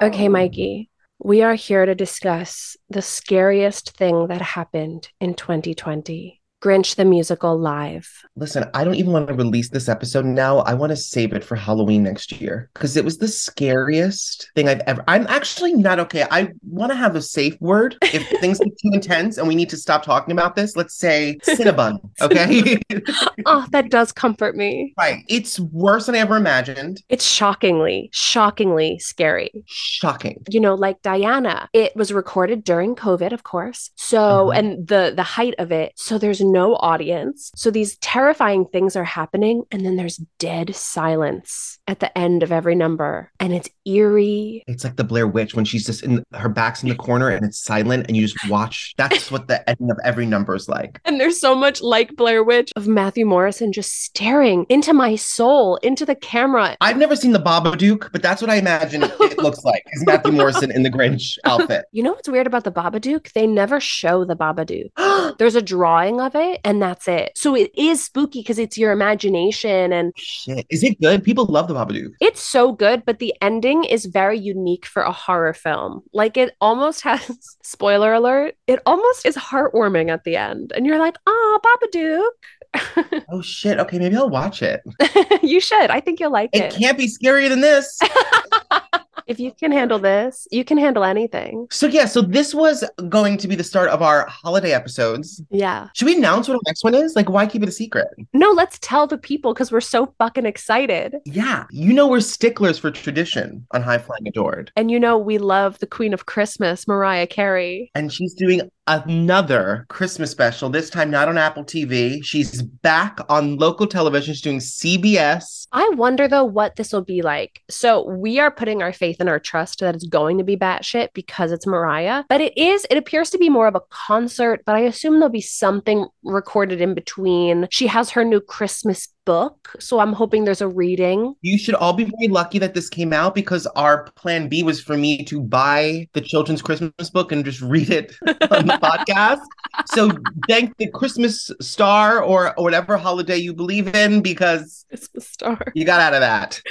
Okay, Mikey, we are here to discuss the scariest thing that happened in 2020 Grinch the Musical Live. Listen, I don't even want to release this episode now. I want to save it for Halloween next year because it was the scariest thing I've ever. I'm actually not okay. I want to have a safe word. If things get too intense and we need to stop talking about this, let's say Cinnabon. Okay. Oh, that does comfort me. right. It's worse than I ever imagined. It's shockingly, shockingly scary. Shocking. you know like diana it was recorded during covid of course so Mhm. and the the height of it so there's no audience so these terrifying things are happening and then there's dead silence at the end of every number and it's eerie It's like the Blair Witch when she's just in her back's in the corner and it's silent and you just watch. That's what the end of every number is like. and there's so much like blair witch of matthew morrison just staring into my soul into the camera I've never seen the Babadook, but that's what I imagine it looks like. Is Matthew Morrison in the Grinch outfit? you know what's weird about the Babadook? They never show the Babadook. Oh, There's a drawing of it, and that's it. So it is spooky because it's your imagination and Shit, is it good? People love the Babadook. It's so good, but the ending is very unique for a horror film. Like it almost has spoiler alert, it almost is heartwarming at the end. And you're like, oh, Oh shit. Okay, maybe I'll watch it. Babadook. you should. I think you'll like it. It can't be scarier than this. If you can handle this, you can handle anything. So yeah, so this was going to be the start of our holiday episodes. Yeah. Should we announce what our next one is? Like, why keep it a secret? No, let's tell the people because we're so fucking excited. Yeah, you know we're sticklers for tradition on High Flying Adored, And you know, we love the Queen of Christmas, Mariah Carey. and she's doing another Christmas special. This time, not on Apple TV. She's back on local television. She's doing CBS. I wonder though what this will be like. So we are putting our faith and our trust that it's going to be batshit because it's Mariah, but it is, it appears to be more of a concert, but I assume there'll be something recorded in between. She has her new Christmas book. So I'm hoping there's a reading. You should all be very lucky that this came out because our plan B was for me to buy the children's Christmas book and just read it on the podcast. So thank the Christmas star or, or whatever holiday you believe in because Christmas star. you got out of that.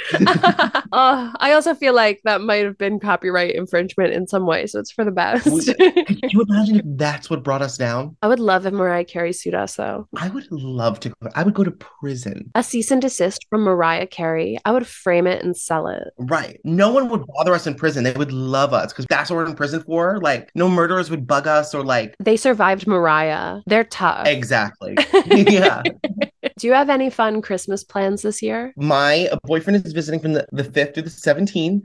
uh, I also feel like that might have been copyright infringement in some way. So it's for the best. Could you imagine if that's what brought us down? I would love if Mariah Carey sued us though. I would love to. I would go to prison. A cease and desist from Mariah Carey. I would frame it and sell it. Right. No one would bother us in prison. They would love us because that's what we're in prison for. Like, no murderers would bug us or like, They survived Mariah. They're tough. exactly. yeah. Do you have any fun Christmas plans this year? My boyfriend is visiting from the, the 5th to the 17th,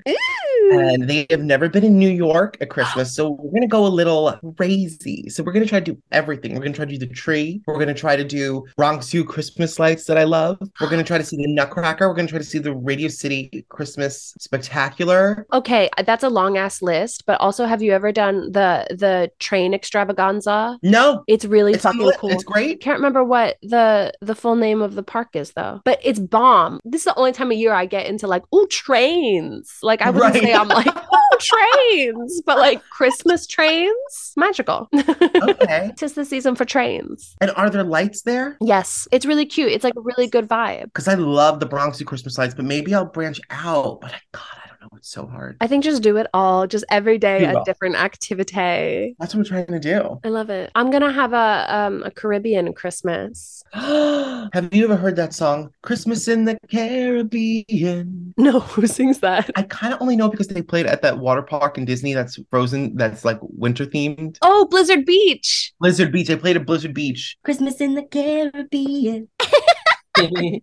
and they have never been in New York at Christmas. So we're going to go a little crazy. So we're going to try to do everything. We're going to try to do the tree. We're going to try to do Bronx Zoo Christmas lights that I love. We're going to try to see the Nutcracker. We're going to try to see the Radio City Christmas Spectacular. Okay, that's a long ass list, but also have you ever done the the train extravaganza? No, It's really it's, on the fucking list. cool. it's I great. can't remember what the the full name of the park is though, but it's bomb. This is the only time of year I get into like, ooh, trains. Like I wouldn't Right. say I'm like, ooh, trains, but like Christmas trains, magical. Okay. Tis the season for trains. and are there lights there? Yes, it's really cute. It's like a really good vibe. Because I love the Bronx Zoo Christmas lights, but maybe I'll branch out. But I, God, I don't know. It's so hard. I think just do it all, just every day Do a it all. different activity. That's what I'm trying to do. I love it. I'm gonna have a um a Caribbean Christmas. Have you ever heard that song, Christmas in the Caribbean? No, who sings that? I kind of only know because they played at that water park in Disney that's frozen, that's like winter themed. Oh, Blizzard Beach. Blizzard Beach. They played at Blizzard Beach. Christmas in the Caribbean.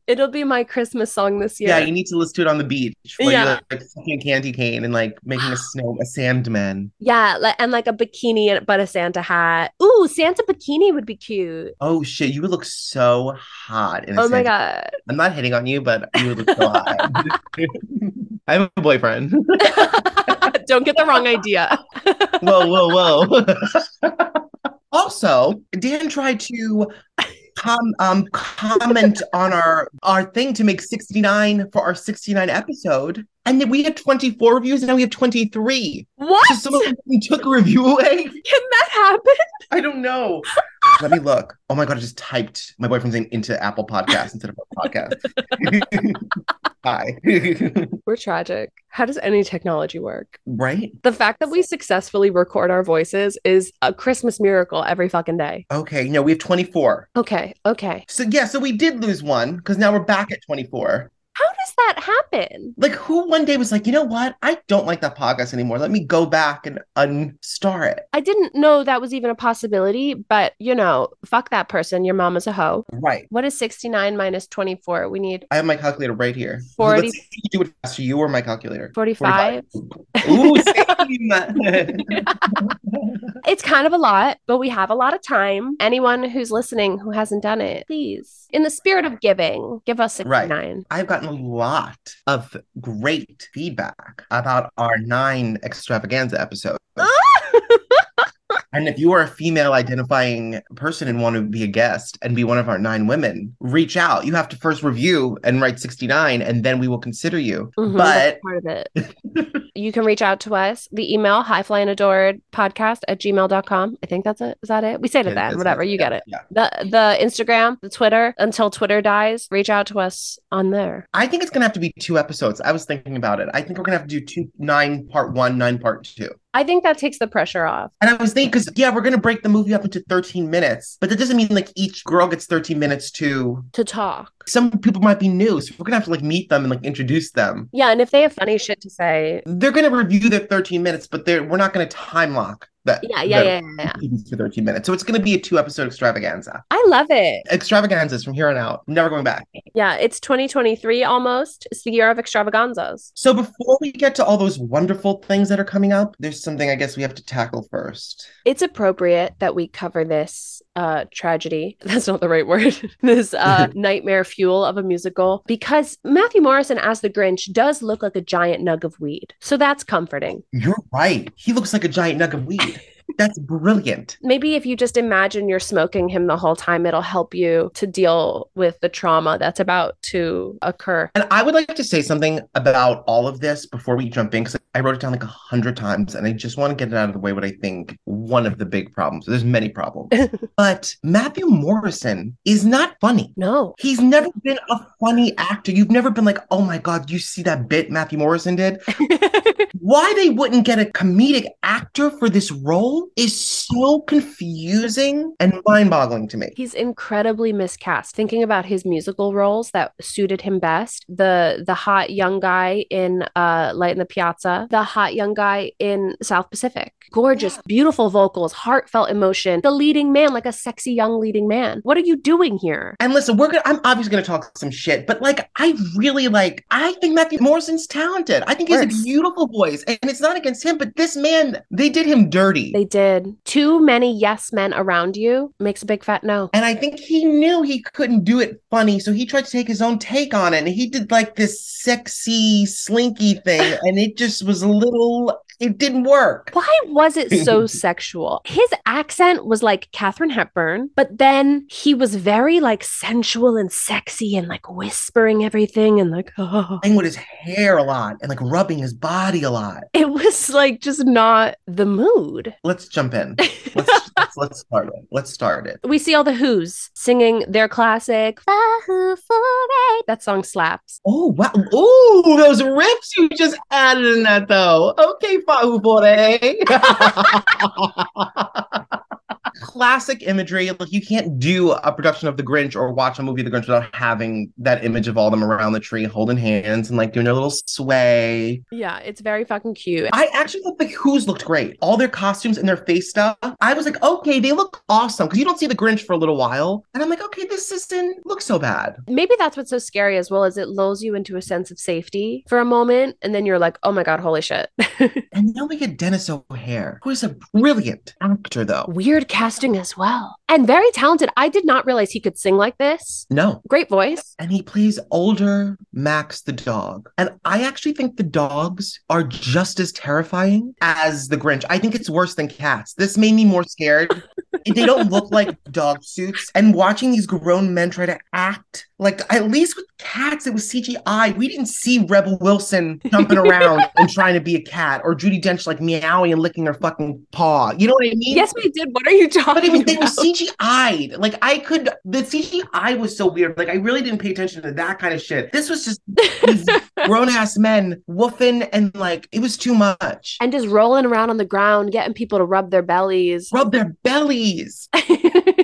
It'll be my Christmas song this year. Yeah, you need to listen to it on the beach where Yeah. you're like sucking a candy cane and like making a snow, a sandman. Yeah, li- and like a bikini and- but a Santa hat. Ooh, Santa bikini would be cute. Oh shit, you would look so hot in a Oh my sand- god. I'm not hitting on you, but you would look so hot. I have a boyfriend. Don't get the wrong idea. whoa, whoa, whoa. also, Dan tried to com- um, comment on our our thing to make 69 for our 69 episode. And then we had 24 reviews, and now we have 23. What? So someone took a review away. Can that happen? I don't know. Let me look. Oh my god, I just typed my boyfriend's name into Apple Podcast instead of our podcast. Hi. We're tragic. How does any technology work? right? The fact that we successfully record our voices is a Christmas miracle every fucking day. Okay, no, we have 24. Okay, okay. So yeah, so we did lose one because now we're back at 24. How does that happen? Like who one day was like, you know what? I don't like that podcast anymore. Let me go back and unstar it. I didn't know that was even a possibility, but you know, fuck that person. Your mom is a hoe. Right. What is 69 minus 24? We need I have my calculator right here. So 40 Let's see if you do it faster. You or my calculator. 45. Ooh, same. It's kind of a lot, but we have a lot of time. Anyone who's listening who hasn't done it, please, in the spirit of giving, give us Right. 69. I've gotten a lot of great feedback about our nine extravaganza episodes. and if you are a female identifying person and want to be a guest and be one of our nine women, reach out. You have to first review and write 69, and then we will consider you. Mhm, that's part But of it. you can reach out to us. The email highflyingadored podcast at gmail.com. I think that's it. Is that it? We say it at Yeah, that. that's Whatever. You get it. yeah. The the Instagram, the Twitter, until Twitter dies, reach out to us on there. I think it's going to have to be two episodes. I was thinking about it. I think we're going to have to do two, nine part one, nine part two. I think that takes the pressure off. And I was thinking, because yeah, we're gonna break the movie up into 13 minutes, but that doesn't mean like each girl gets 13 minutes to. To talk. Some people might be new, so we're gonna have to like meet them and like introduce them. Yeah, and if they have funny shit to say. They're gonna review their 13 minutes, but they're we're not gonna time lock that. Yeah, yeah, the- yeah, yeah, yeah. For 13 minutes. So it's going to be a two episode extravaganza. I love it. Extravaganzas from here on out. Never going back. Yeah, it's 2023 almost. It's the year of extravaganzas. So before we get to all those wonderful things that are coming up, there's something I guess we have to tackle first. It's appropriate that we cover this uh, tragedy. That's not the right word. this uh, nightmare fuel of a musical because Matthew Morrison as the Grinch does look like a giant nug of weed. So that's comforting. You're right. He looks like a giant nug of weed. That's brilliant. Maybe if you just imagine you're smoking him the whole time, it'll help you to deal with the trauma that's about to occur. And I would like to say something about all of this before we jump in, because I wrote it down like a hundred times, and I just want to get it out of the way. What I think one of the big problems, there's many problems, but Matthew Morrison is not funny. No. He's never been a funny actor. You've never been like, oh my God, you see that bit Matthew Morrison did? Why they wouldn't get a comedic actor for this role is so confusing and mind boggling to me. He's incredibly miscast. Thinking about his musical roles that suited him best, the the hot young guy in uh, Light in the Piazza, the hot young guy in South Pacific. Gorgeous, Yeah. beautiful vocals, heartfelt emotion. The leading man, like a sexy young leading man. What are you doing here? And listen, we're gonna. I'm obviously gonna talk some shit, but like, I really like. I think Matthew Morrison's talented. I think he has a Works. beautiful voice, and it's not against him. But this man, they did him dirty, They did too many yes men around you makes a big fat no. and I think he knew he couldn't do it funny, so he tried to take his own take on it, and he did like this sexy, slinky thing, and it just was a little. It didn't work. Why was it so sexual? His accent was like Katherine Hepburn, but then he was very like sensual and sexy and like whispering everything and like, oh. Playing with his hair a lot and like rubbing his body a lot. It was like just not the mood. Let's jump in. Let's let's, let's start it. Let's start it. We see all the Who's singing their classic "Fahu Foray." That song slaps. Oh wow! Ooh, those riffs you just added in that though. Okay, Fahubore. Classic imagery. Like you can't do a production of The Grinch or watch a movie of The Grinch without having that image of all them around the tree holding hands and like doing their little sway. Yeah, it's very fucking cute. I actually thought the Who's looked great. All their costumes and their face stuff. I was like, okay, they look awesome because you don't see The Grinch for a little while, and I'm like, okay, this doesn't look so bad. Maybe that's what's so scary as well, is it lulls you into a sense of safety for a moment, and then you're like, oh my god, holy shit. And now we get Dennis O'Hare, who is a brilliant actor, though. weird casting as well and very talented i did not realize he could sing like this No. great voice And he plays older Max the dog. And I actually think the dogs are just as terrifying as the Grinch. I think it's worse than cats. This made me more scared. they don't look like dog suits. And watching these grown men try to act like, at least with cats, it was CGI. We didn't see Rebel Wilson jumping around and trying to be a cat or Judy Dench like meowing and licking her fucking paw. You know what I mean? yes we did what are you talking But it was, they were about? CGI'd. Like I could, the CGI was so weird. Like I really didn't pay attention to that kind of shit. This was just these grown ass men woofing and like it was too much. and just rolling around on the ground, getting people to rub their bellies. Rub their bellies.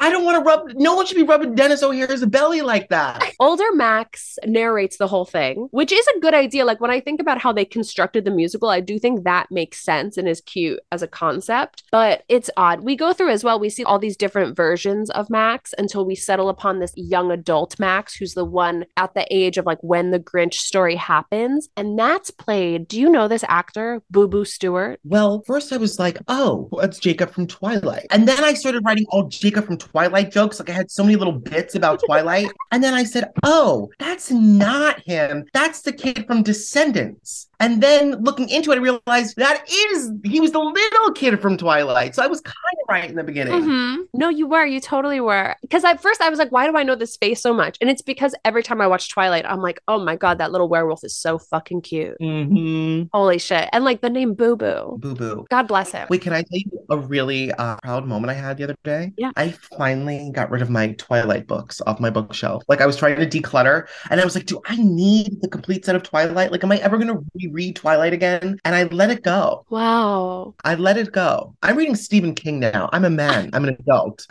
I don't want to rub. No one should be rubbing Dennis O'Hare's belly like that. Older Max narrates the whole thing, which is a good idea. Like when I think about how they constructed the musical, I do think that makes sense and is cute as a concept, but it's odd. We go through as well, we see all these different versions of Max until we settle upon this young adult Max, who's the one at the age of like when the Grinch story happens. And that's played, do you know this actor, Boo Boo Stewart? Well, first I was like, oh, that's Jacob from Twilight. And then I started writing all Jacob from Twilight jokes. Like I had so many little bits about Twilight. And then I said, oh, that's not him. That's the kid from Descendants. And then looking into it, I realized that is, he was the little kid from Twilight. So I was kind of right in the beginning. Mm-hmm. No, you were. You totally were. Because at first I was like, why do I know this face so much? And it's because every time I watch Twilight, I'm like, oh my God, that little werewolf is so fucking cute. Mm-hmm. Holy shit. And like the name Boo Boo. Boo boo. God bless him. Wait, can I tell you a really uh, proud moment I had the other day? Yeah. I finally got rid of my Twilight books off my bookshelf. Like, I was trying to declutter, and I was like, do I need the complete set of Twilight? Like, am I ever going to reread Twilight again? And I let it go. Wow. I let it go. I'm reading Stephen King now. I'm a man, I'm an adult.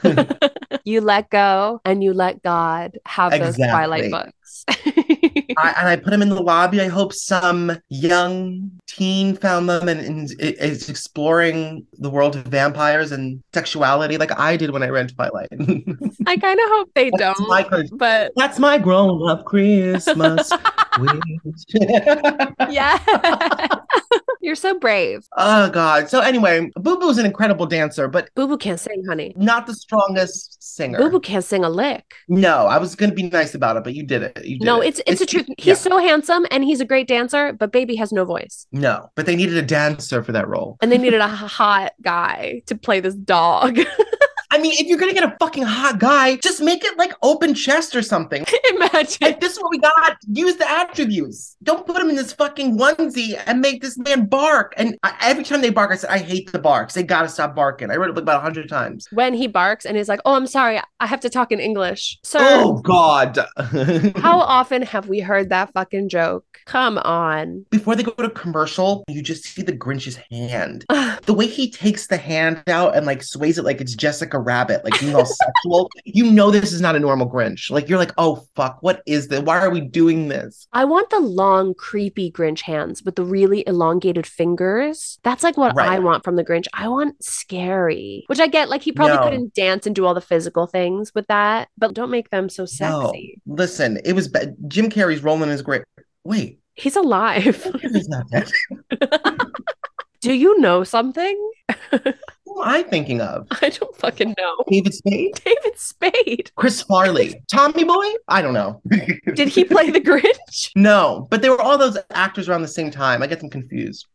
You let go and you let God have those Twilight Exactly. books. I, and I put them in the lobby. I hope some young teen found them and, and is exploring the world of vampires and sexuality like I did when I read Twilight. I kind of hope they That's my don't. Christmas. But That's my grown up Christmas. wish. yeah. You're so brave. oh, God. So, anyway, Boo Boo's an incredible dancer, but Boo Boo can't sing, honey. not the strongest singer. Boo Boo can't sing a lick. No, I was going to be nice about it, but you did it. You did No, it. it's it's the truth. He's yeah. so handsome and he's a great dancer, but baby has no voice. No, but they needed a dancer for that role. and they needed a hot guy to play this dog. I mean, if you're going to get a fucking hot guy, just make it like open chest or something. Imagine. If this is what we got, use the attributes. Don't put him in this fucking onesie and make this man bark. And I, every time they bark, I said, I hate the barks. They gotta stop barking. I wrote it like about a hundred times. When he barks and is like, "Oh, I'm sorry, I have to talk in English, sir." Oh God. How often have we heard that fucking joke? Come on. Before they go to commercial, you just see the Grinch's hand. The way he takes the hand out and like sways it like it's Jessica Rabbit, like being all sexual. You know this is not a normal Grinch. Like you're like, oh fuck, what is this? Why are we doing this? I want the long, creepy Grinch hands with the really elongated fingers. That's like what Right. I want from the Grinch. I want scary, which I get. Like he probably No. couldn't dance and do all the physical things with that, but don't make them so No. sexy. Listen, it was bad. Jim Carrey's Roland is great. Wait, He's alive. he's not dead. do you know something? Who am I thinking of? I don't fucking know. David Spade? David Spade. Chris Farley? Tommy Boy? I don't know. Did he play the Grinch? No, but they were all those actors around the same time. I get them confused.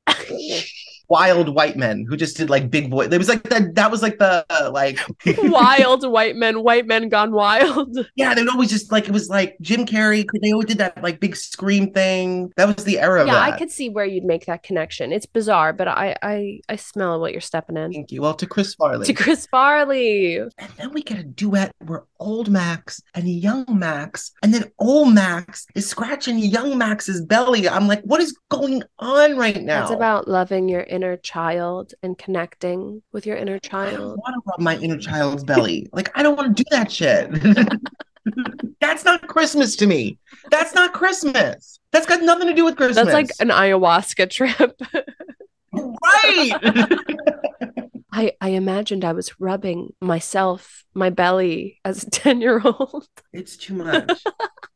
Wild white men who just did like big boy. It was like that. That was like the uh, like. wild white men, white men gone wild. Yeah, they would always just like it was like Jim Carrey. They always did that like big scream thing. That was the era of yeah, that. I could see where you'd make that connection. It's bizarre, but I I I smell what you're stepping in. Thank you. Well, to Chris Farley. To Chris Farley. And then we get a duet where old Max and young Max, and then old Max is scratching young Max's belly. I'm like, what is going on right now? That's about loving your inner child and connecting with your inner I don't child. want to rub my inner child's belly. Like, I don't want to do that shit. That's not Christmas to me. That's not Christmas. That's got nothing to do with Christmas. That's like an ayahuasca trip. right. I, I imagined I was rubbing myself, my belly as a 10 year old. it's too much.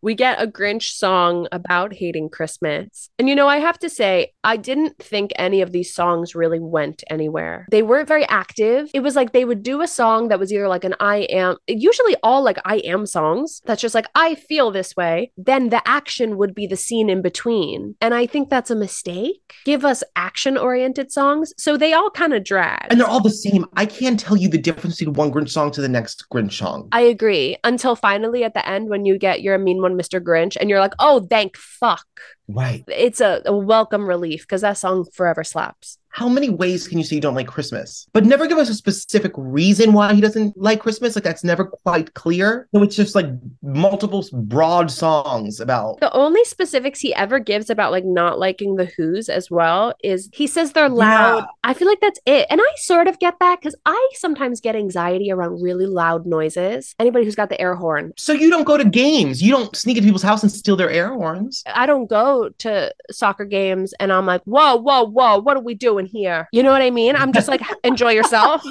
we get a Grinch song about hating Christmas. And you know, I have to say, I didn't think any of these songs really went anywhere. They weren't very active. It was like they would do a song that was either like an I am, usually all like I am songs that's just like, I feel this way. Then the action would be the scene in between. And I think that's a mistake. Give us action oriented songs. So they all kind of drag. And they're all the same. I can't tell you the difference between one Grinch song to the next Grinch song. I agree. Until finally at the end, when you get You're a Mean One, Mr. Grinch, and you're like, oh, thank fuck. Right. It's a, a welcome relief because that song forever slaps. How many ways can you say you don't like Christmas? But never give us a specific reason why he doesn't like Christmas. Like that's never quite clear. So it's just like multiple broad songs about The only specifics he ever gives about like not liking the Who's as well is he says they're loud. Yeah. I feel like that's it. And I sort of get that because I sometimes get anxiety around really loud noises. Anybody who's got the air horn. So you don't go to games. You don't sneak into people's house and steal their air horns. I don't go to soccer games and I'm like, whoa, whoa, whoa, what are we doing here? You know what I mean? I'm just like, enjoy yourself.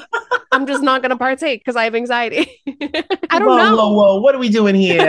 I'm just not going to partake because I have anxiety. I don't whoa, know. Whoa, whoa, what are we doing here?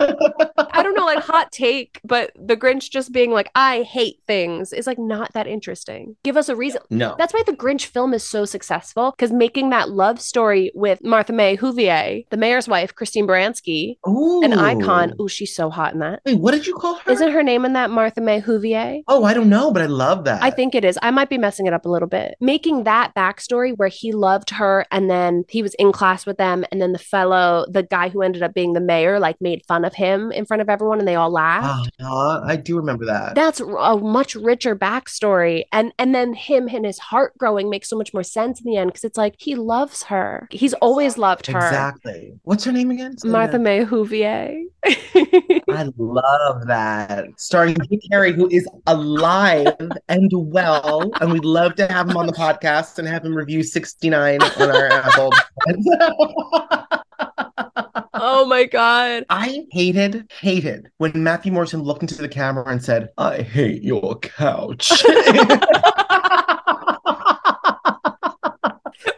I don't know, like hot take, but the Grinch just being like, I hate things is like not that interesting. Give us a reason. no. That's why the Grinch film is so successful because making that love story with Martha May Huvier, the mayor's wife, Christine Baranski, Ooh. an icon. Ooh, she's so hot in that. Wait, what did you call her? Isn't her name in that Martha May Huvier? Oh, I don't know, but I love that. I think it is. I might be messing it up a little bit. Making that backstory where he loved her and then he was in class with them, and then the fellow, the guy who ended up being the mayor, like made fun of him in front of everyone and they all laughed. Uh-huh, I do remember that. that's r- a much richer backstory and and then him and his heart growing makes so much more sense in the end because it's like he loves her he's always loved her Exactly. What's her name again? Say it martha again. may huvier I love that. Starring Jim Carrey, who is alive and well. And we'd love to have him on the podcast and have him review 69 on our Apple. oh my god I hated, hated when Matthew Morrison looked into the camera and said, I hate your couch.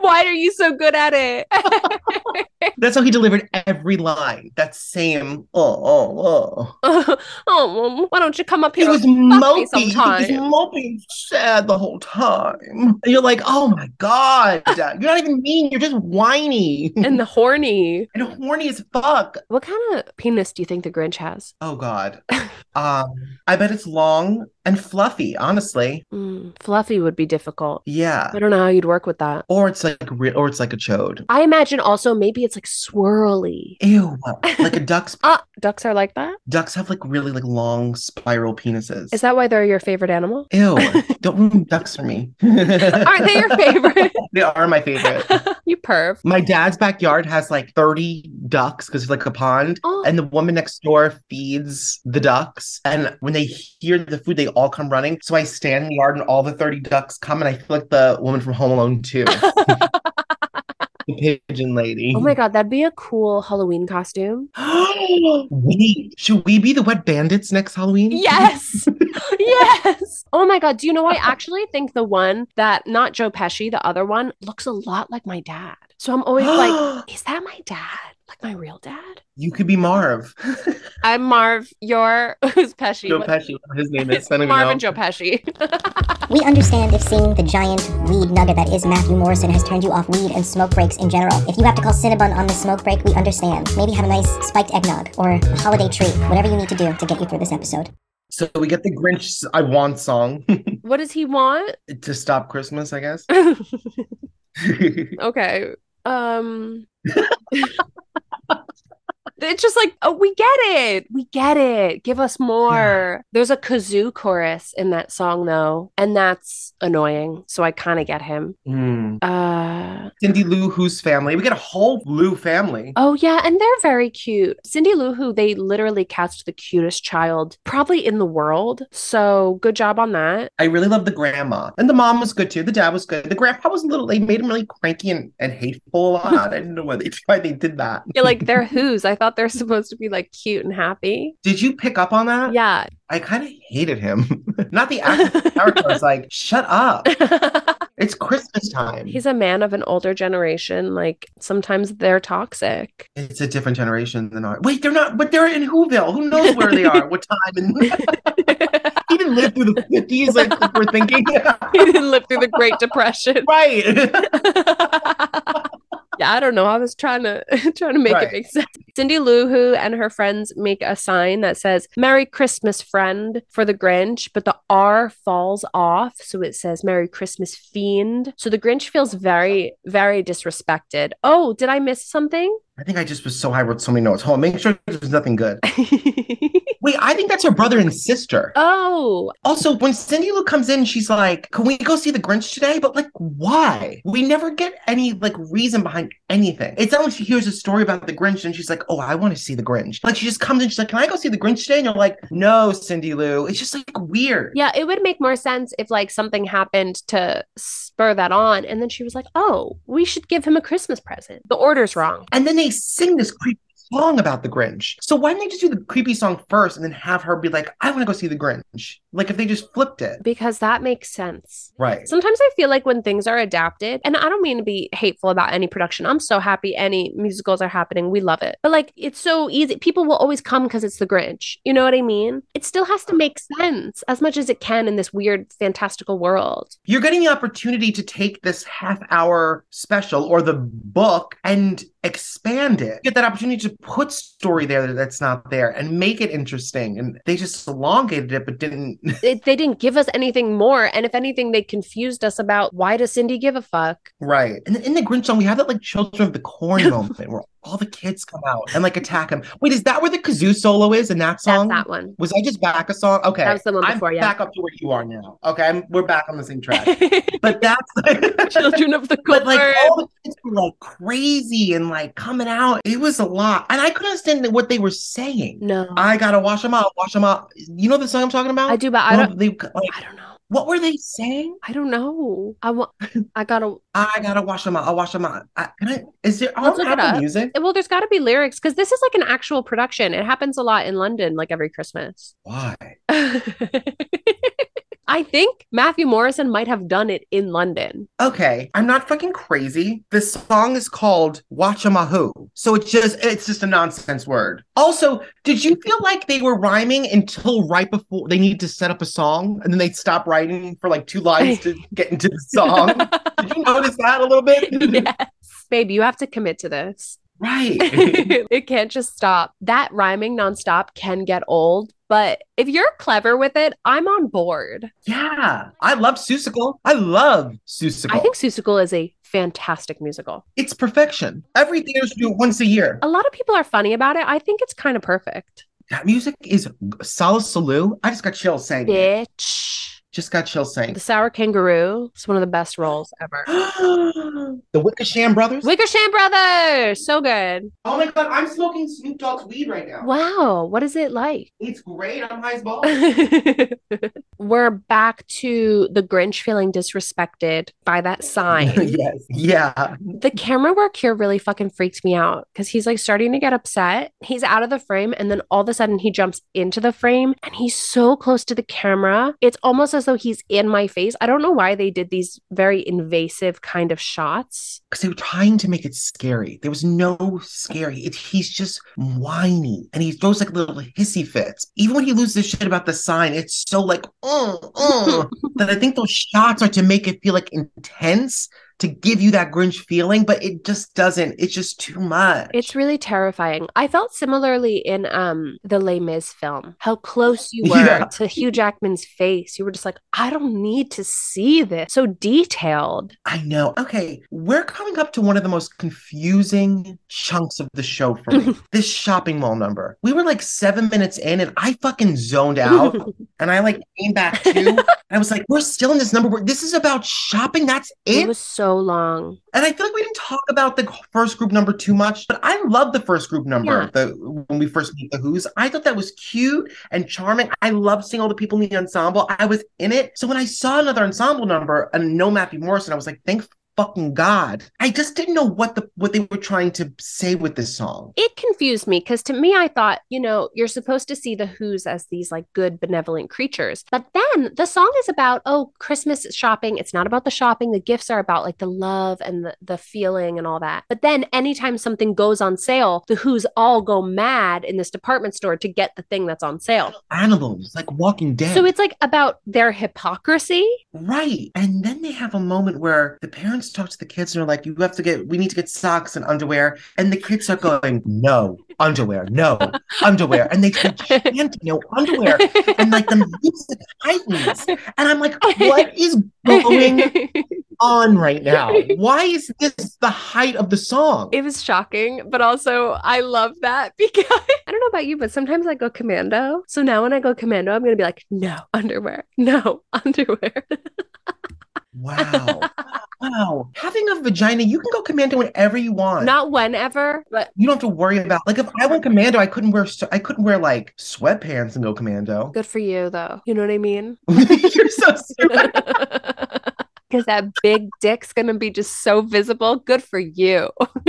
why are you so good at it That's how he delivered every line. That same, oh, oh, oh. oh well, why don't you come up He here was me mopey. He was sometime. mopey and sad the whole time. And you're like, oh my God. You're not even mean. You're just whiny and the horny and horny as fuck. what kind of penis do you think the grinch has Oh God. um, I bet it's long and fluffy, honestly. Mm, fluffy would be difficult Yeah. i don't know how you'd work with that Or it's like real or it's like a chode. i imagine also maybe it's like swirly Ew. Like a duck's ah ducks are like that ducks have like really like long spiral penises. Is that why they're your favorite animal? Ew. Don't ruin ducks for me. Aren't they your favorite? They are my favorite. you perv. My dad's backyard has like 30 ducks because it's like a pond. Oh, And the woman next door feeds the ducks. And when they hear the food, they all come running. So I stand in the yard and all the 30 ducks come. And I feel like the woman from Home Alone 2. the pigeon lady. oh my god, that'd be a cool Halloween costume. Wait, should we be the wet bandits next Halloween? Yes. yes. Oh my god, do you know I actually think the one that not Joe Pesci, the other one looks a lot like my dad. So I'm always like, is that my dad? Like my real dad? you could be Marv. I'm Marv, your who's Pesci? Joe What- Pesci, whatever his name is. I don't even Marv know. and Joe Pesci. We understand if seeing the giant weed nugget that is Matthew Morrison has turned you off weed and smoke breaks in general. If you have to call Cinnabon on the smoke break, we understand. Maybe have a nice spiked eggnog or a holiday treat, whatever you need to do to get you through this episode. So we get the Grinch I Want song what does he want? to stop Christmas, I guess. okay. Um It's just like, oh, we get it. We get it. Give us more. There's a kazoo chorus in that song though, and that's annoying. So I kind of get him. Hmm. Uh Cindy Lou Who's family. We got a whole Lou family. oh yeah, and they're very cute. Cindy Lou Who, they literally cast the cutest child probably in the world. So good job on that. I really love the grandma. And the mom was good too. The dad was good. The grandpa was a little, they made him really cranky and, and hateful a lot. I didn't know why they, why they did that. Yeah, like they're who's. I thought they're supposed to be like cute and happy. Did you pick up on that? Yeah. I kind of hated him. Not the actor. the character. Uh, I was like, shut up. It's Christmas time. He's a man of an older generation. Like sometimes they're toxic. it's a different generation than ours. Wait, they're not, but they're in Whoville. Who knows where they are, what time? And he he didn't live through the 50s like we're thinking. didn't live through the Great Depression. right. yeah, I don't know. I was trying to trying to make Right. it make sense. Cindy Lou Who and her friends make a sign that says "Merry Christmas, friend" for the Grinch, but the R falls off, so it says "Merry Christmas, fiend." So the Grinch feels very, very disrespected. Oh, did I miss something? I think I just was so high with so many notes. Hold on, make sure there's nothing good. Wait, I think that's her brother and sister. Oh, Also, when Cindy Lou comes in, she's like, Can we go see the Grinch today? But like, why? We never get any like reason behind anything. It's not like she hears a story about the Grinch and she's like, Oh, I want to see the Grinch. Like she just comes in, she's like, Can I go see the Grinch today? And you're like, No, Cindy Lou. It's just like weird. yeah, it would make more sense if like something happened to spur that on. And then she was like, oh, we should give him a Christmas present. The order's wrong. And then they sing this creepy song about the Grinch. So why didn't they just do the creepy song first and then have her be like, I want to go see the Grinch? Like if they just flipped it. Because that makes sense. Right. Sometimes I feel like when things are adapted, and I don't mean to be hateful about any production. I'm so happy any musicals are happening. We love it. But like it's so easy. People will always come because it's the Grinch. You know what I mean? It still has to make sense as much as it can in this weird fantastical world. You're getting the opportunity to take this half hour special or the book and expand it. Get that opportunity to put story there that's not there and make it interesting. And they just elongated it but didn't It, they didn't give us anything more. And if anything, they confused us about why does Cindy give a fuck? Right. And then in the Grinch song, we have that like Children of the Corn moment where all the kids come out and like attack him. Wait, is that where the kazoo solo is in that That's song? that one. Was I just back a song? Okay. That was the one I'm before, yeah. back up to where you are now. Okay. I'm, we're back on the same track. but that's Children of the Corn. But like all the kids were like crazy and like coming out. It was a lot. And I couldn't understand what they were saying. no, I, I gotta wash them out, wash them out. You know the song I'm talking about? do, but I Well, don't. they- like, I don't know. what were they saying? I don't know. I want. I gotta. I gotta wash them out. I'll wash them out. I, can I, is there all Let's look it the up. music? Well, there's got to be lyrics because this is like an actual production. It happens a lot in London, like every Christmas. Why? I think Matthew Morrison might have done it in London. Okay, I'm not fucking crazy. This song is called Watchamahu. So it's just it's just a nonsense word. Also, did you feel like they were rhyming until right before they need to set up a song and then they stop writing for like two lines to get into the song? did you notice that a little bit? yes. Babe, you have to commit to this. Right. it can't just stop. That rhyming nonstop can get old, but if you're clever with it, I'm on board. yeah. I love Susicle. I love Susicle. I think Susicle is a fantastic musical. it's perfection. Every theater should do it once a year. A lot of people are funny about it. I think it's kind of perfect. That music is Sala Salou. I just got chills saying it. Bitch. Just got chills saying The Sour Kangaroo is one of the best roles ever. the Wickersham brothers. Wickersham Brothers, so good. oh my god, I'm smoking Snoop Dogg's weed right now. Wow, what is it like? It's great. I'm high as balls. We're back to the Grinch feeling disrespected by that sign. yes. Yeah. the camera work here really fucking freaked me out because he's like starting to get upset. He's out of the frame, and then all of a sudden he jumps into the frame and he's so close to the camera. It's almost as though he's in my face. I don't know why they did these very invasive kind of shots. Because they were trying to make it scary. There was no scary. It, he's just whiny and he throws like little hissy fits. Even when he loses shit about the sign, it's so like, mm, mm, that I think those shots are to make it feel like intense, to give you that Grinch feeling, but it just doesn't. It's just too much. It's really terrifying. I felt similarly in um the Les Mis film. How close you were Yeah. to Hugh Jackman's face. You were just like, I don't need to see this. So detailed. I know. Okay, we're coming up to one of the most confusing chunks of the show for me. this shopping mall number. We were like seven minutes in, and I fucking zoned out, and I like came back to. and I was like, "We're still in this number. Where this is about shopping. That's It it." was so long. and I feel like we didn't talk about the first group number too much, but I love the first group number. Yeah. The when we first meet the Who's, I thought that was cute and charming. I loved seeing all the people in the ensemble. I was in it. So when I saw another ensemble number and no Matthew Morrison, I was like, thank fucking God. I just didn't know what the what they were trying to say with this song. It confused me because to me, I thought, you know, you're supposed to see the Who's as these like good, benevolent creatures. But then the song is about, oh, Christmas shopping. It's not about the shopping. The gifts are about like the love and the, the feeling and all that. But then anytime something goes on sale, the Who's all go mad in this department store to get the thing that's on sale. Animals, like Walking Dead. So it's like about their hypocrisy. Right. And then they have a moment where the parents talk to the kids and are like, you have to get, we need to get socks and underwear. And the kids are going, no, underwear, no, underwear. And they keep chanting, no, underwear. And like the music heightens. And I'm like, what is going on right now? Why is this the height of the song? It was shocking, but also I love that because I don't know. know about you, but sometimes I go commando. So now when I go commando, I'm going to be like, no underwear, no underwear. Wow. wow. Having a vagina, you can go commando whenever you want. Not whenever, but you don't have to worry about like if I went commando, I couldn't wear st- I couldn't wear like sweatpants and go commando. good for you though. You know what I mean? You're so stupid. Because that big dick's going to be just so visible. Good for you.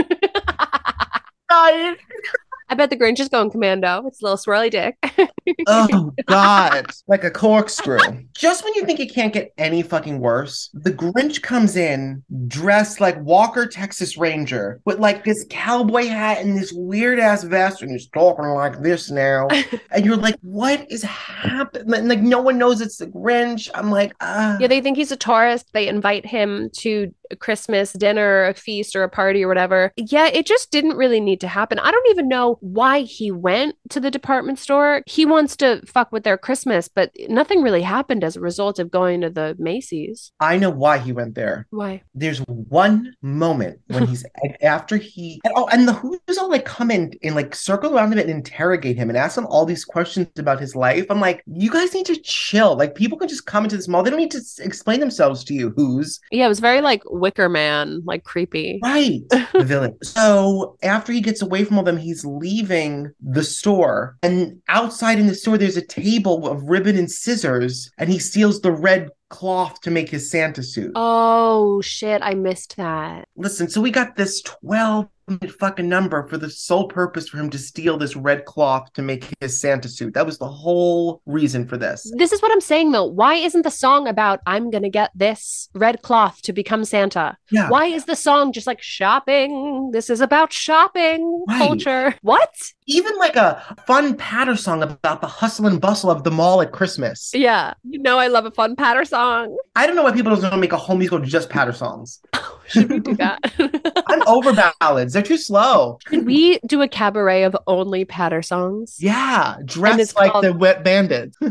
I bet the Grinch is going commando. It's a little swirly dick. oh God. Like a corkscrew. Just when you think it can't get any fucking worse, the Grinch comes in dressed like Walker Texas Ranger with like this cowboy hat and this weird ass vest, and he's talking like this now. and you're like, what is happening? Like no one knows it's the Grinch. I'm like, ah. yeah, they think he's a tourist. They invite him to a Christmas dinner, a feast, or a party, or whatever. Yeah, it just didn't really need to happen. I don't even know why he went to the department store. He wants to fuck with their Christmas, but nothing really happened as a result of going to the Macy's. I know why he went there. Why? There's one moment when he's after he and, oh, and the who's all like come in and like circle around him and interrogate him and ask him all these questions about his life. I'm like, you guys need to chill. Like people can just come into this mall. They don't need to s- explain themselves to you. Who's Yeah, it was very like Wicker Man, like creepy. right? the villain. So after he gets away from all them, he's leaving the store. And outside in the store, there's a table of ribbon and scissors, and he steals the red cloth to make his Santa suit. Oh shit, I missed that. Listen, so we got this 12 minute fucking number for the sole purpose for him to steal this red cloth to make his Santa suit. That was the whole reason for this. This is what I'm saying though. Why isn't the song about I'm gonna get this red cloth to become Santa? Yeah. Why is the song just like shopping? This is about shopping Right. culture. What? Even like a fun patter song about the hustle and bustle of the mall at Christmas. Yeah. You know I love a fun patter song. I don't know why people don't make a whole musical just patter songs. Oh, Should we do that? I'm over ballads. They're too slow. Should we do a cabaret of only patter songs? Yeah. it's Dressed like called- the wet bandits.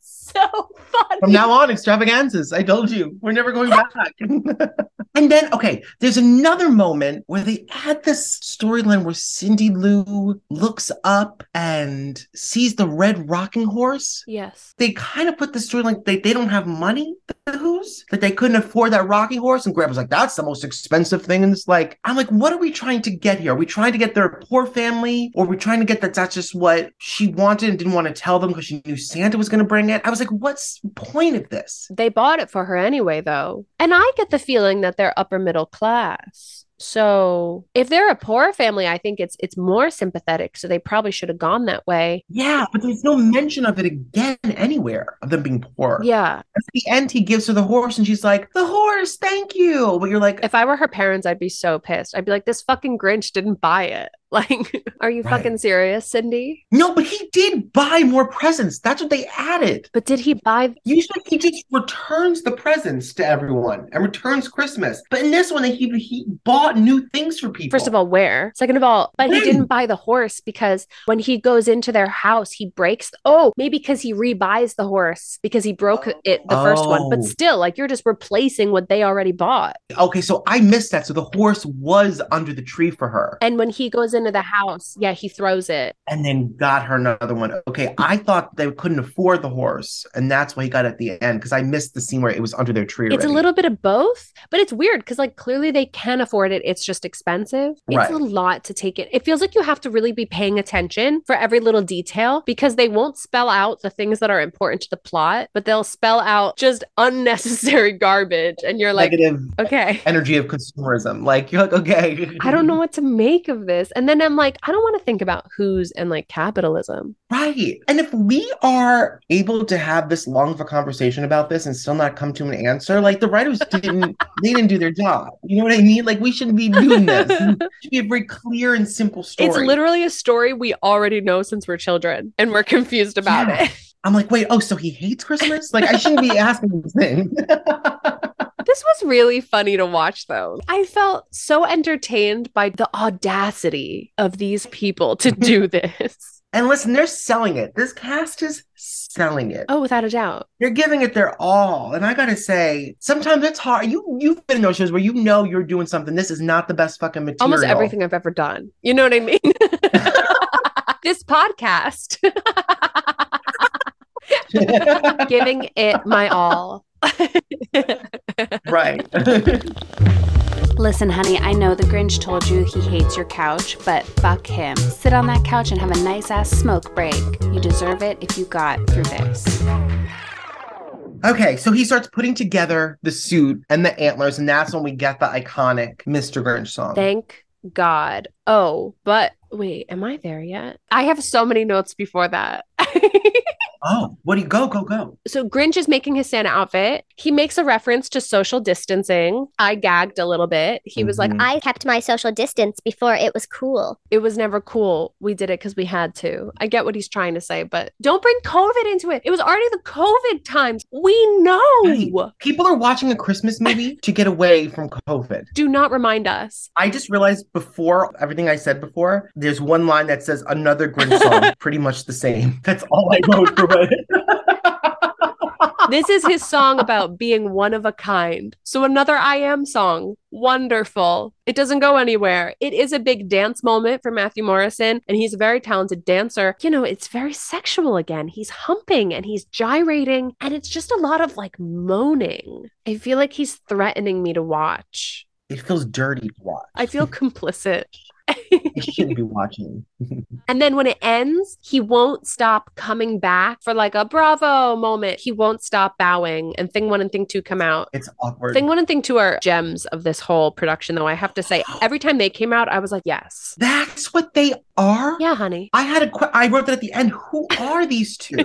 so funny. From now on, extravaganzas. I told you, we're never going back. and then, okay, there's another moment where they add this storyline where Cindy Lou looks up and sees the red rocking horse. Yes. They kind of put the storyline they, they don't have money, the Who's, that they couldn't afford that rocking horse. And Grandpa's like, that's the most expensive thing. And it's like, I'm like, what are we trying to get here? Are we trying to get their poor family? Or are we trying to get that that's just what she wanted and didn't want to tell them because she knew Santa was going to bring it? I was like, what's the point of this? They bought it for her anyway, though. And I get the feeling that they're upper middle class. So if they're a poor family, I think it's it's more sympathetic. So they probably should have gone that way. Yeah, but there's no mention of it again anywhere of them being poor. Yeah. At the end, he gives her the horse and she's like, the horse, thank you. But you're like, If I were her parents, I'd be so pissed. I'd be like, this fucking Grinch didn't buy it. Like, are you Right. fucking serious, Cindy? no, but he did buy more presents. That's what they added. But did he buy Usually he just returns the presents to everyone and returns Christmas. But in this one, he he bought new things for people. First of all, where? Second of all, but he When? didn't buy the horse because when he goes into their house, he breaks. Oh, maybe because he rebuys the horse because he broke it the first one. But Oh. still, like you're just replacing what they already bought. okay, so I missed that. So the horse was under the tree for her, And when he goes into the house, yeah, he throws it. and then got her another one. Okay, I thought they couldn't afford the horse, and that's why he got it at the end because I missed the scene where it was under their tree. It's a already. little bit of both, but it's weird because like clearly they can afford it. It's just expensive. Right. It's a lot to take it. It feels like you have to really be paying attention for every little detail because they won't spell out the things that are important to the plot, but they'll spell out just unnecessary garbage. And you're like, negative okay. energy of consumerism. Like you're like, okay, I don't know what to make of this. And then I'm like, I don't want to think about who's and like capitalism. Right. And if we are able to have this long of a conversation about this and still not come to an answer, like the writers didn't they didn't do their job. You know what I mean? Like we shouldn't be doing this. It should be a very clear and simple story. It's literally a story we already know since we're children and we're confused about Yeah. it. I'm like, wait, oh, so he hates Christmas? Like I shouldn't be asking this thing. This was really funny to watch, though. I felt so entertained by the audacity of these people to do this. And listen, they're selling it. This cast is selling it. Oh, without a doubt. They're giving it their all. And I gotta say, sometimes it's hard. You you've been in those shows where you know you're doing something. This is not the best fucking material. Almost everything I've ever done. You know what I mean? this podcast, giving it my all. right. Listen, honey, I know the Grinch told you he hates your couch, but fuck him. Sit on that couch and have a nice ass smoke break. You deserve it if you got through this. okay, so he starts putting together the suit and the antlers, and that's when we get the iconic Mr. Grinch song. Thank God. Oh, but wait, am I there yet? I have so many notes before that. oh, what do you go, go, go? so Grinch is making his Santa outfit. He makes a reference to social distancing. I gagged a little bit. He was like, Mhm. I kept my social distance before it was cool. it was never cool. We did it because we had to. I get what he's trying to say, but don't bring COVID into it. It was already the COVID times. We know. Right. People are watching a Christmas movie to get away from COVID. Do not remind us. I just realized before everything I said before, there's one line that says another Grinch song, pretty much the same. That's all I wrote for it. This is his song about being one of a kind. So another I am song. Wonderful. It doesn't go anywhere. It is a big dance moment for Matthew Morrison, and he's a very talented dancer. You know, it's very sexual again. He's humping and he's gyrating, and it's just a lot of like moaning. I feel like he's threatening me to watch. It feels dirty to watch. I feel complicit. You shouldn't be watching. and then when it ends, he won't stop coming back for like a bravo moment. He won't stop bowing. And thing one and thing two come out. It's awkward. Thing one and thing two are gems of this whole production, though. I have to say, every time they came out, I was like, yes. That's what they are? Yeah, honey. I had a que- I wrote that at the end. Who are these two?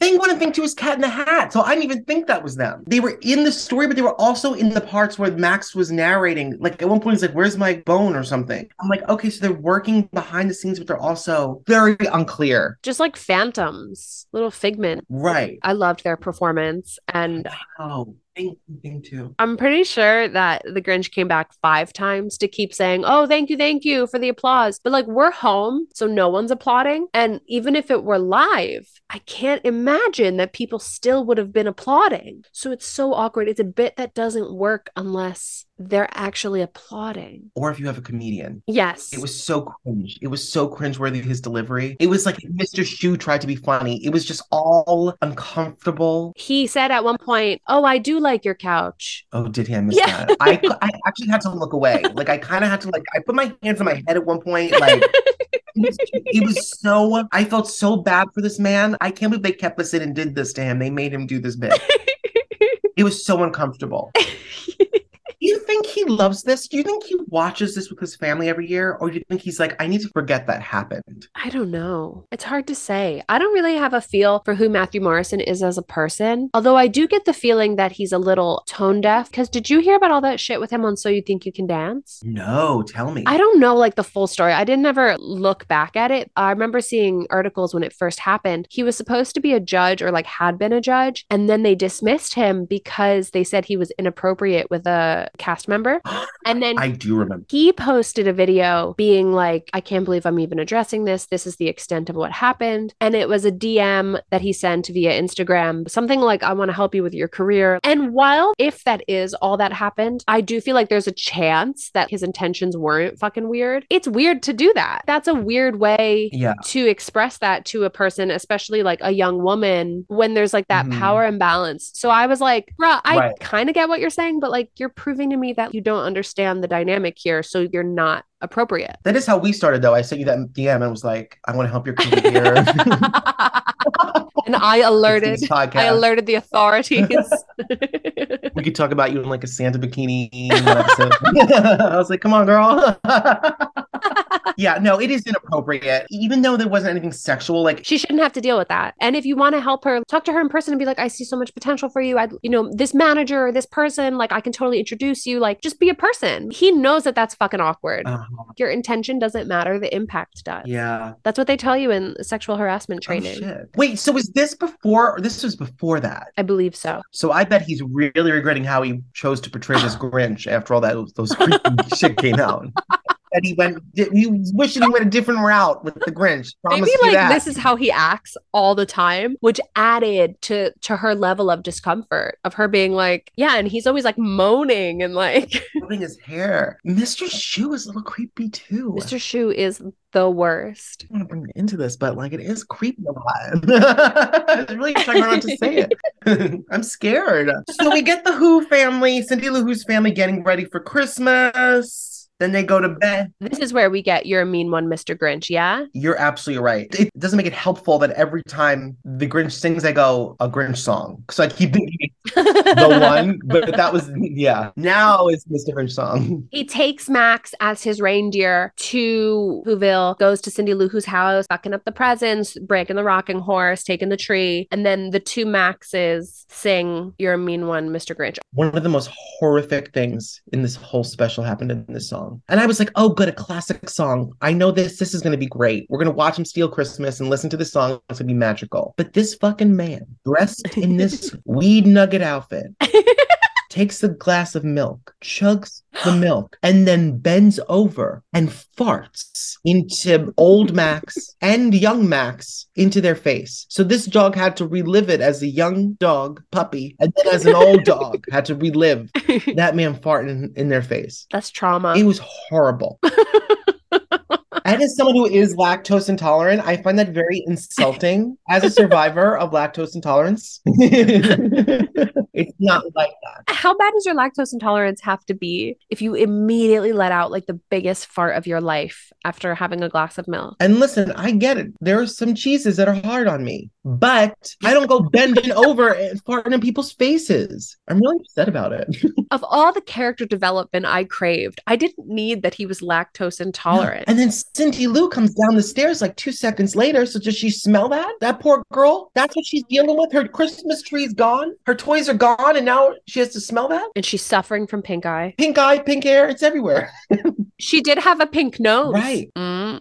thing one and thing two is Cat in the Hat. So I didn't even think that was them. They were in the story, but they were also in the parts where Max was narrating. Like at one point, he's like, "Where's my bone?" or something. I'm like, okay, so they're working behind the scenes, but they're also very unclear. Just like phantoms, little figment. Right. I loved their performance. And Oh, thing one, thing two. I'm pretty sure that the Grinch came back five times to keep saying, Oh, thank you, thank you for the applause. But like, we're home, so no one's applauding. And even if it were live, I can't imagine that people still would have been applauding. So it's so awkward. It's a bit that doesn't work unless they're actually applauding. Or if you have a comedian. Yes. It was so cringe. It was so cringeworthy his delivery. It was like Mr. Shu tried to be funny. It was just all uncomfortable. he said at one point, Oh, I do like your couch. Oh, did he? I missed Yeah. that. I, cou- I actually had to look away. Like I kind of had to like I put my hands on my head at one point. Like it was, it was so I felt so bad for this man. I can't believe they kept us in and did this to him. They made him do this bit. it was so uncomfortable. Do you think he loves this? Do you think he watches this with his family every year? Or do you think he's like, I need to forget that happened? I don't know. It's hard to say. I don't really have a feel for who Matthew Morrison is as a person, although I do get the feeling that he's a little tone deaf. Because did you hear about all that shit with him on So You Think You Can Dance? No, tell me. I don't know like the full story. I didn't ever look back at it. I remember seeing articles when it first happened. He was supposed to be a judge or like had been a judge, and then they dismissed him because they said he was inappropriate with a cast member. And then I do remember. he posted a video being like, I can't believe I'm even addressing this. This is the extent of what happened. And it was a DM that he sent via Instagram, something like, I want to help you with your career. And while, if that is all that happened, I do feel like there's a chance that his intentions weren't fucking weird. It's weird to do that. That's a weird way Yeah. to express that to a person, especially like a young woman, when there's like that Mhm. power imbalance. So I was like, bruh, I Right. kind of get what you're saying, but like you're proving to me that you don't understand the dynamic here. So you're not appropriate. That is how we started though. I sent you that DM and was like, I want to help your career. and I alerted. This I podcast. alerted the authorities. we could talk about you in like a Santa bikini. in one episode. I was like, come on, girl. yeah, no, it is inappropriate. Even though there wasn't anything sexual, like she shouldn't have to deal with that. And if you want to help her, talk to her in person and be like, I see so much potential for you. I, you know, this manager or this person, like, I can totally introduce you. Like, just be a person. He knows that that's fucking awkward. uh, Your intention doesn't matter, the impact does. yeah. Oh, That's what they tell you in sexual harassment training. shit. Wait, so was this before? Or this was before that. I believe so. So I bet he's really regretting how he chose to portray this Grinch after all that those creepy shit came out. that he went. You wishing he went a different route with the Grinch. Promise Maybe you like that. this is how he acts all the time, which added to to her level of discomfort of her being like, yeah, and he's always like moaning and like Rubbing his hair. Mr. Shoe is a little creepy too. Mr. Shu is the worst. I don't want to bring it into this, but like it is creepy a lot. it's really trying hard not to say it. I'm scared. So we get the Who family, Cindy Lou Who's family getting ready for Christmas. Then they go to bed. This is where we get you're a mean one, Mr. Grinch. Yeah. You're absolutely right. It doesn't make it helpful that every time the Grinch sings, I go a Grinch song. So I keep thinking the one, but that was yeah. Now it's Mr. Grinch song. He takes Max as his reindeer to Whoville, goes to Cindy Lou Who's house, fucking up the presents, breaking the rocking horse, taking the tree, and then the two Maxes sing "You're a Mean One, Mr. Grinch." One of the most horrific things in this whole special happened in this song. And I was like, oh, good, a classic song. I know this. This is going to be great. We're going to watch him steal Christmas and listen to this song. It's going to be magical. But this fucking man, dressed in this weed nugget outfit, takes a glass of milk, chugs the milk, and then bends over and farts into old Max and young Max into their face. So this dog had to relive it as a young dog puppy, and then as an old dog had to relive that man farting in their face. That's trauma. It was horrible. And as someone who is lactose intolerant, I find that very insulting. As a survivor of lactose intolerance, it's not like that. How bad does your lactose intolerance have to be if you immediately let out like the biggest fart of your life after having a glass of milk? And listen, I get it. There are some cheeses that are hard on me, but I don't go bending over and farting in people's faces. I'm really upset about it. Of all the character development I craved, I didn't need that he was lactose intolerant. And then Cindy Lou comes down the stairs like two seconds later. So does she smell that? That poor girl? That's what she's dealing with? Her Christmas tree is gone. Her toys are gone. And now she has to smell that? and she's suffering from pink eye. Pink eye, pink hair, it's everywhere. She did have a pink nose. Right. Mm.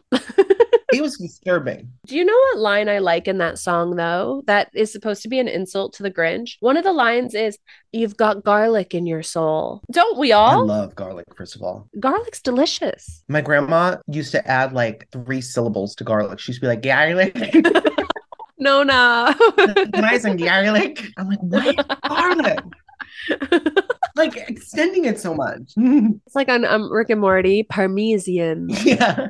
It was disturbing. Do you know what line I like in that song, though? That is supposed to be an insult to the Grinch. One of the lines is, You've got garlic in your soul. Don't we I all? love garlic, first of all. Garlic's delicious. My grandma used to add like three syllables to garlic. She'd be like, garlic. No, no. nice and garlic. I'm like, what garlic? like extending it so much. It's like on um, Rick and Morty, Parmesan. yeah.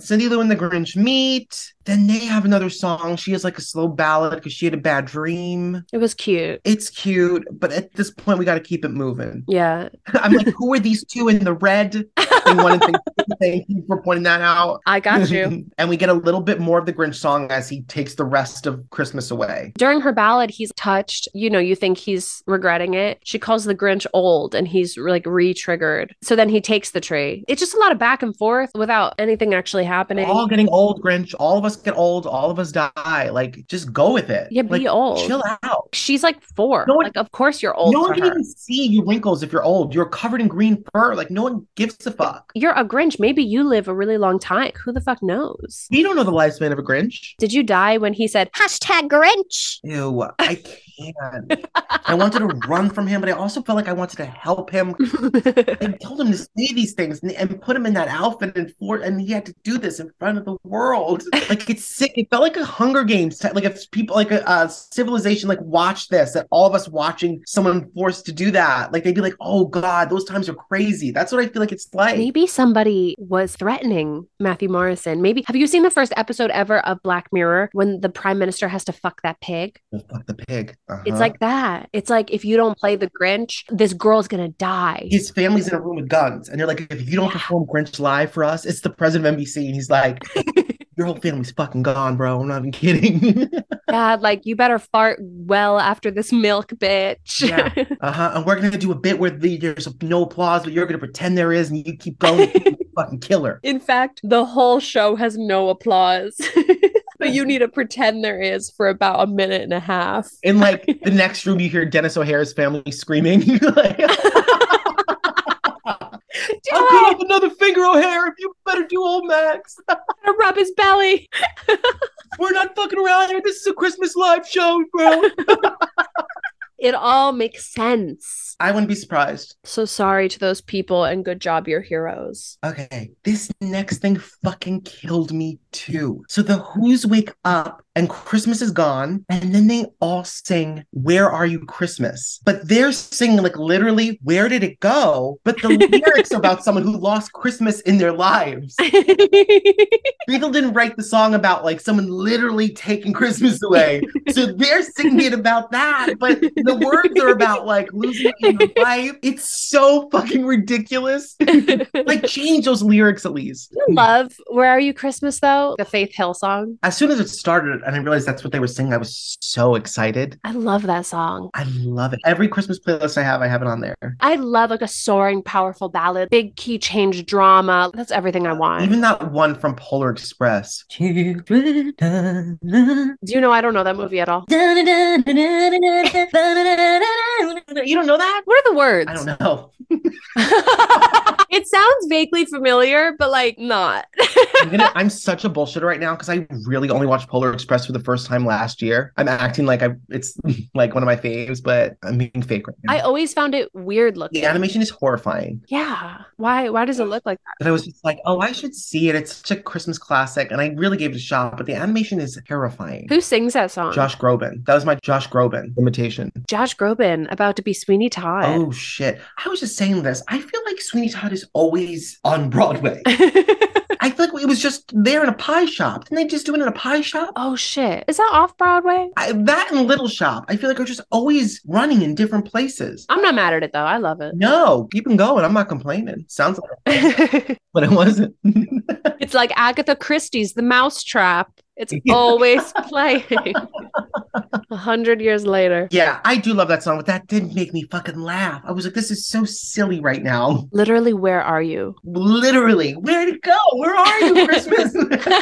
Cindy Lou and the Grinch meet. Then they have another song. She has like a slow ballad because she had a bad dream. it was cute. It's cute, but at this point we got to keep it moving. Yeah. I'm like, who are these two in the red? And one thing, thank you for pointing that out. I got you. and we get a little bit more of the Grinch song as he takes the rest of Christmas away. During her ballad, he's touched. You know, you think he's regretting it. She calls the Grinch old and he's like re triggered. So then he takes the tree. It's just a lot of back and forth without anything actually We're happening. all getting old, Grinch. All of us get old. All of us die. Like, just go with it. yeah, be like, old. Chill out. She's like four. No one- like, of course you're old. no to one can her. even see your wrinkles if you're old. You're covered in green fur. Like, no one gives a fuck. You're a Grinch. Maybe you live a really long time. Who the fuck knows? We don't know the lifespan of a Grinch. Did you die when he said, Hashtag Grinch. Ew, I can't. I wanted to run from him, but I also felt like I wanted to help him. I told him to say these things and, and put him in that outfit and for, and he had to do this in front of the world. Like it's sick. It felt like a Hunger Games. type- Like if people, like a, a civilization, like watch this. That all of us watching someone forced to do that. Like they'd be like, "Oh God, those times are crazy." That's what I feel like it's like. Maybe somebody was threatening Matthew Morrison. Maybe have you seen the first episode ever of Black Mirror when the prime minister has to fuck that pig? Oh, fuck the pig. It's Uh-huh. like that. It's like if you don't play the Grinch, this girl's gonna die. his family's in a room with guns, and they're like, "If you don't perform Grinch live for us, it's the president of NBC." And he's like, "Your whole family's fucking gone, bro. I'm not even kidding." Dad, like you better fart well after this milk, bitch. Yeah. Uh-huh. And we're gonna do a bit where the, there's no applause, but you're gonna pretend there is, and you keep going, you fucking killer. In fact, the whole show has no applause. But you need to pretend there is for about a minute and a half. In like the next room, you hear Dennis O'Hare's family screaming. like, I'll Oh, cut off another finger, O'Hare. If you better do old Max. Gotta rub his belly. We're not fucking around here. This is a Christmas live show, bro. It all makes sense. I wouldn't be surprised. So sorry to those people and good job, your heroes. Okay, this next thing fucking killed me too. So the Who's wake up and Christmas is gone, and then they all sing "Where Are You, Christmas?" But they're singing like literally "Where did it go?" But the lyrics are about someone who lost Christmas in their lives. Beagle didn't write the song about like someone literally taking Christmas away, so they're singing it about that. But the words are about like losing it in your life. It's so fucking ridiculous. like change those lyrics at least. Love, Where Are You Christmas though? The Faith Hill song. As soon as it started and I realized that's what they were singing, I was so excited. I love that song. I love it. Every Christmas playlist I have, I have it on there. I love like a soaring, powerful ballad, big key change drama. That's everything I want. Even that one from Polar Express. Children, da, da, Do you know I don't know that movie at all? da, da, da, da, da, da, da, da, da, da, da, da. You don't know that? What are the words? I don't know. it sounds vaguely familiar, but like not. I'm, gonna, I'm such a bullshitter right now because I really only watched Polar Express for the first time last year. I'm acting like I it's like one of my faves, but I'm being fake right now. I always found it weird looking. the animation is horrifying. Yeah. Why why does it look like But I was just like, oh, I should see it. It's such a Christmas classic. And I really gave it a shot, but the animation is terrifying. that? Who sings that song? Josh Groban. That was my Josh Groban imitation. Josh Groban about to be Sweeney Todd. Oh shit. I was just saying this. I feel like Sweeney Todd is always on Broadway. Oh. I feel like it was just there in a pie shop. Didn't they just do it in a pie shop? oh shit. Is that off Broadway? I, that and Little Shop. I feel like are just always running in different places. I'm not mad at it though. I love it. No, keep them going. I'm not complaining. Sounds like, but it wasn't. it's like Agatha Christie's The Mousetrap. It's always playing. A hundred years later. yeah, I do love that song, but that did make me fucking laugh. I was like, this is so silly right now. Literally, where are you? Literally, where'd it go? Where are you, Christmas?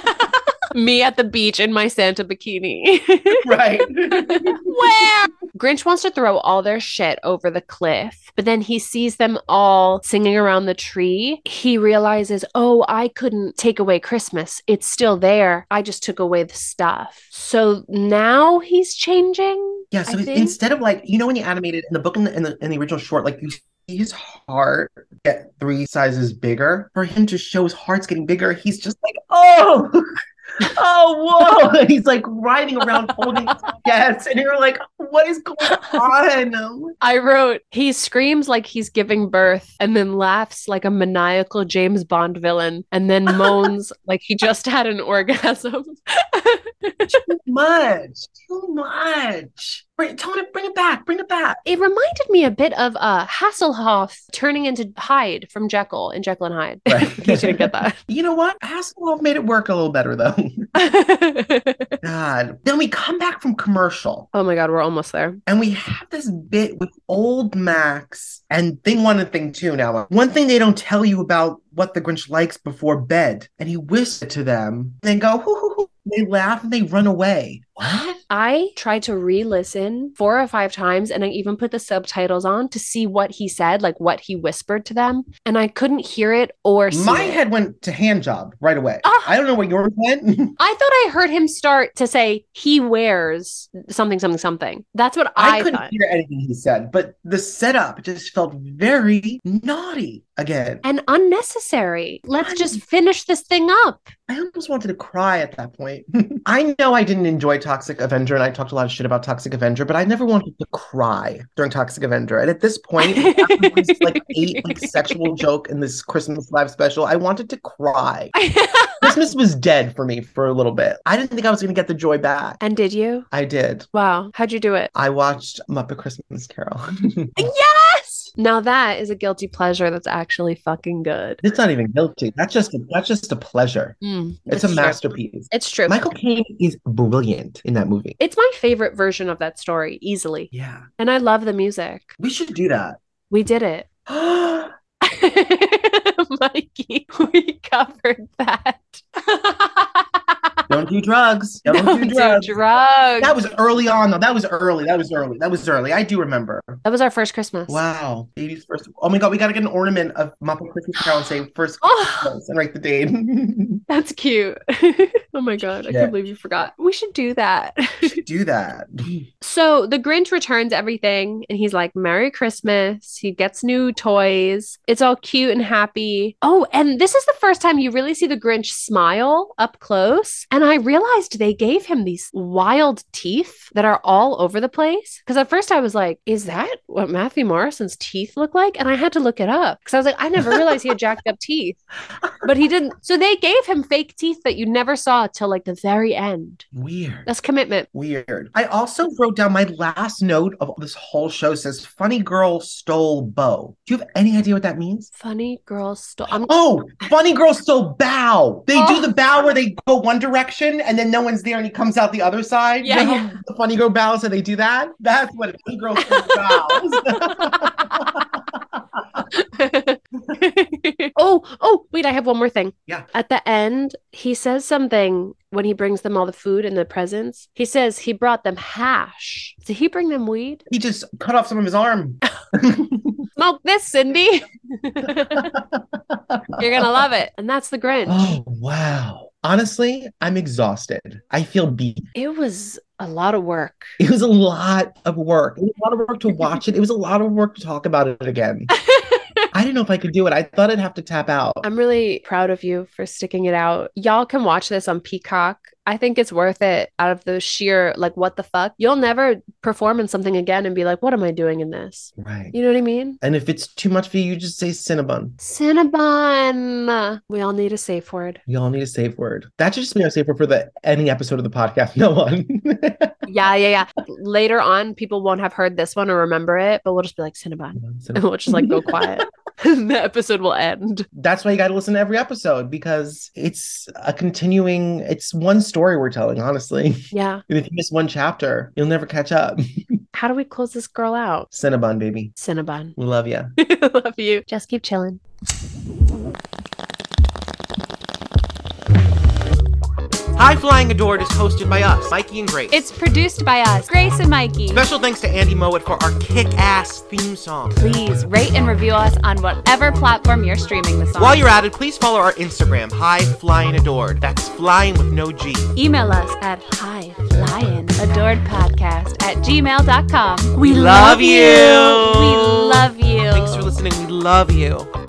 Me at the beach in my Santa bikini. right. Where? Grinch wants to throw all their shit over the cliff, but then he sees them all singing around the tree. He realizes, oh, I couldn't take away Christmas. It's still there. I just took away the stuff. So now he's changing. Yeah, so I it- think- instead of like, you know, when you animated in the book in the, in the in the original short, like you see his heart get three sizes bigger. For him to show his heart's getting bigger, he's just like, oh, oh, whoa. And he's like riding around holding his chest. And you're like, what is going on? I wrote, he screams like he's giving birth and then laughs like a maniacal James Bond villain and then moans like he just had an orgasm. Too much. Too much. Bring, tell him to bring it back. Bring it back. It reminded me a bit of uh, Hasselhoff turning into Hyde from Jekyll and Jekyll and Hyde. In case you didn't get You know what? Hasselhoff made it work a little better though. that. God. Then we come back from commercial. oh my God, we're almost there. And we have this bit with old Max and thing one and thing two now. One thing they don't tell you about what the Grinch likes before bed, and he whispers it to them. And they go, hoo, hoo, hoo. They laugh and they run away. What? I tried to re listen four or five times and I even put the subtitles on to see what he said, like what he whispered to them. And I couldn't hear it or see My it. head went to hand job right away. Ah. I don't know where yours went. I thought I heard him start to say he wears something, something, something. That's what I, I, couldn't thought. hear anything he said, but the setup just felt very naughty again. And unnecessary. Let's just finish this thing up. I almost wanted to cry at that point. I know I didn't enjoy Toxic Avenger and I talked a lot of shit about Toxic Avenger, but I never wanted to cry during Toxic Avenger. And at this point, after this, like eight like sexual joke in this Christmas live special, I wanted to cry. Christmas was dead for me for a little bit. I didn't think I was gonna get the joy back. and did you? I did. Wow. How'd you do it? I watched Muppet Christmas Carol. Yes! Now that is a guilty pleasure that's actually fucking good. it's not even guilty. That's just a, that's just a pleasure. Mm, It's a true. masterpiece. It's true. Michael Caine is brilliant in that movie. it's my favorite version of that story, easily. Yeah. And I love the music. We should do that. We did it. I Mikey, we covered that. don't do drugs. Don't, Don't do drugs. drugs. That was early on, though. That was early. That was early. That was early. I do remember. That was our first Christmas. Wow. 80s first. Oh my God. We got to get an ornament of Muppet Christmas Carol and say first Oh, Christmas and write the date. that's cute. Oh my god, I Shit. can't believe you forgot. We should do that. Do that. so the Grinch returns everything and he's like, Merry Christmas. He gets new toys. It's all cute and happy. Oh, and this is the first time you really see the Grinch smile up close. And I realized they gave him these wild teeth that are all over the place. Because at first I was like, Is that what Matthew Morrison's teeth look like? And I had to look it up because I was like, I never realized he had jacked up teeth. But he didn't. So they gave him fake teeth that you never saw till like the very end. Weird. That's commitment. Weird. I also wrote down my last note of this whole show says funny girl stole bow. Do you have any idea what that means? Funny girl stole. I'm Oh, funny girl stole bow. They Oh. do the bow where they go one direction and then no one's there and he comes out the other side. You Yeah, know how yeah. The funny girl bows and they do that. That's what a funny girl stole bows. oh, oh, wait, I have one more thing. Yeah. At the end, he says something when he brings them all the food and the presents. He says he brought them hash. Did he bring them weed? he just cut off some of his arm. Smoke this, Cindy. You're gonna love it. And that's the Grinch. Oh, wow. Honestly, I'm exhausted. I feel beat. It was a lot of work. It was a lot of work. It was a lot of work to watch it. It was a lot of work to talk about it again. I didn't know if I could do it. I thought I'd have to tap out. I'm really proud of you for sticking it out. Y'all can watch this on Peacock. I think it's worth it out of the sheer, like, what the fuck? You'll never perform in something again and be like, what am I doing in this? Right. You know what I mean? And if it's too much for you, you just say Cinnabon. Cinnabon. We all need a safe word. You all need a safe word. That should just be our safe word for the any episode of the podcast. No one. Yeah, yeah, yeah. Later on, people won't have heard this one or remember it, but we'll just be like, Cinnabon. And Cinnabon. we'll just like go quiet. the episode will end. That's why you got to listen to every episode because it's a continuing, it's one story we're telling, honestly. Yeah. And if you miss one chapter, you'll never catch up. How do we close this girl out? Cinnabon, baby. Cinnabon. We love you. Love you. Just keep chilling. High Flying Adored is hosted by us, Mikey and Grace. It's produced by us, Grace and Mikey. Special thanks to Andy Mowat for our kick ass theme song. Please rate and review us on whatever platform you're streaming this on. While you're at it, please follow our Instagram, High Flying Adored. That's flying with no G. Email us at highflyinadoredpodcast at gmail.com. We love you. We love you. Thanks for listening. We love you.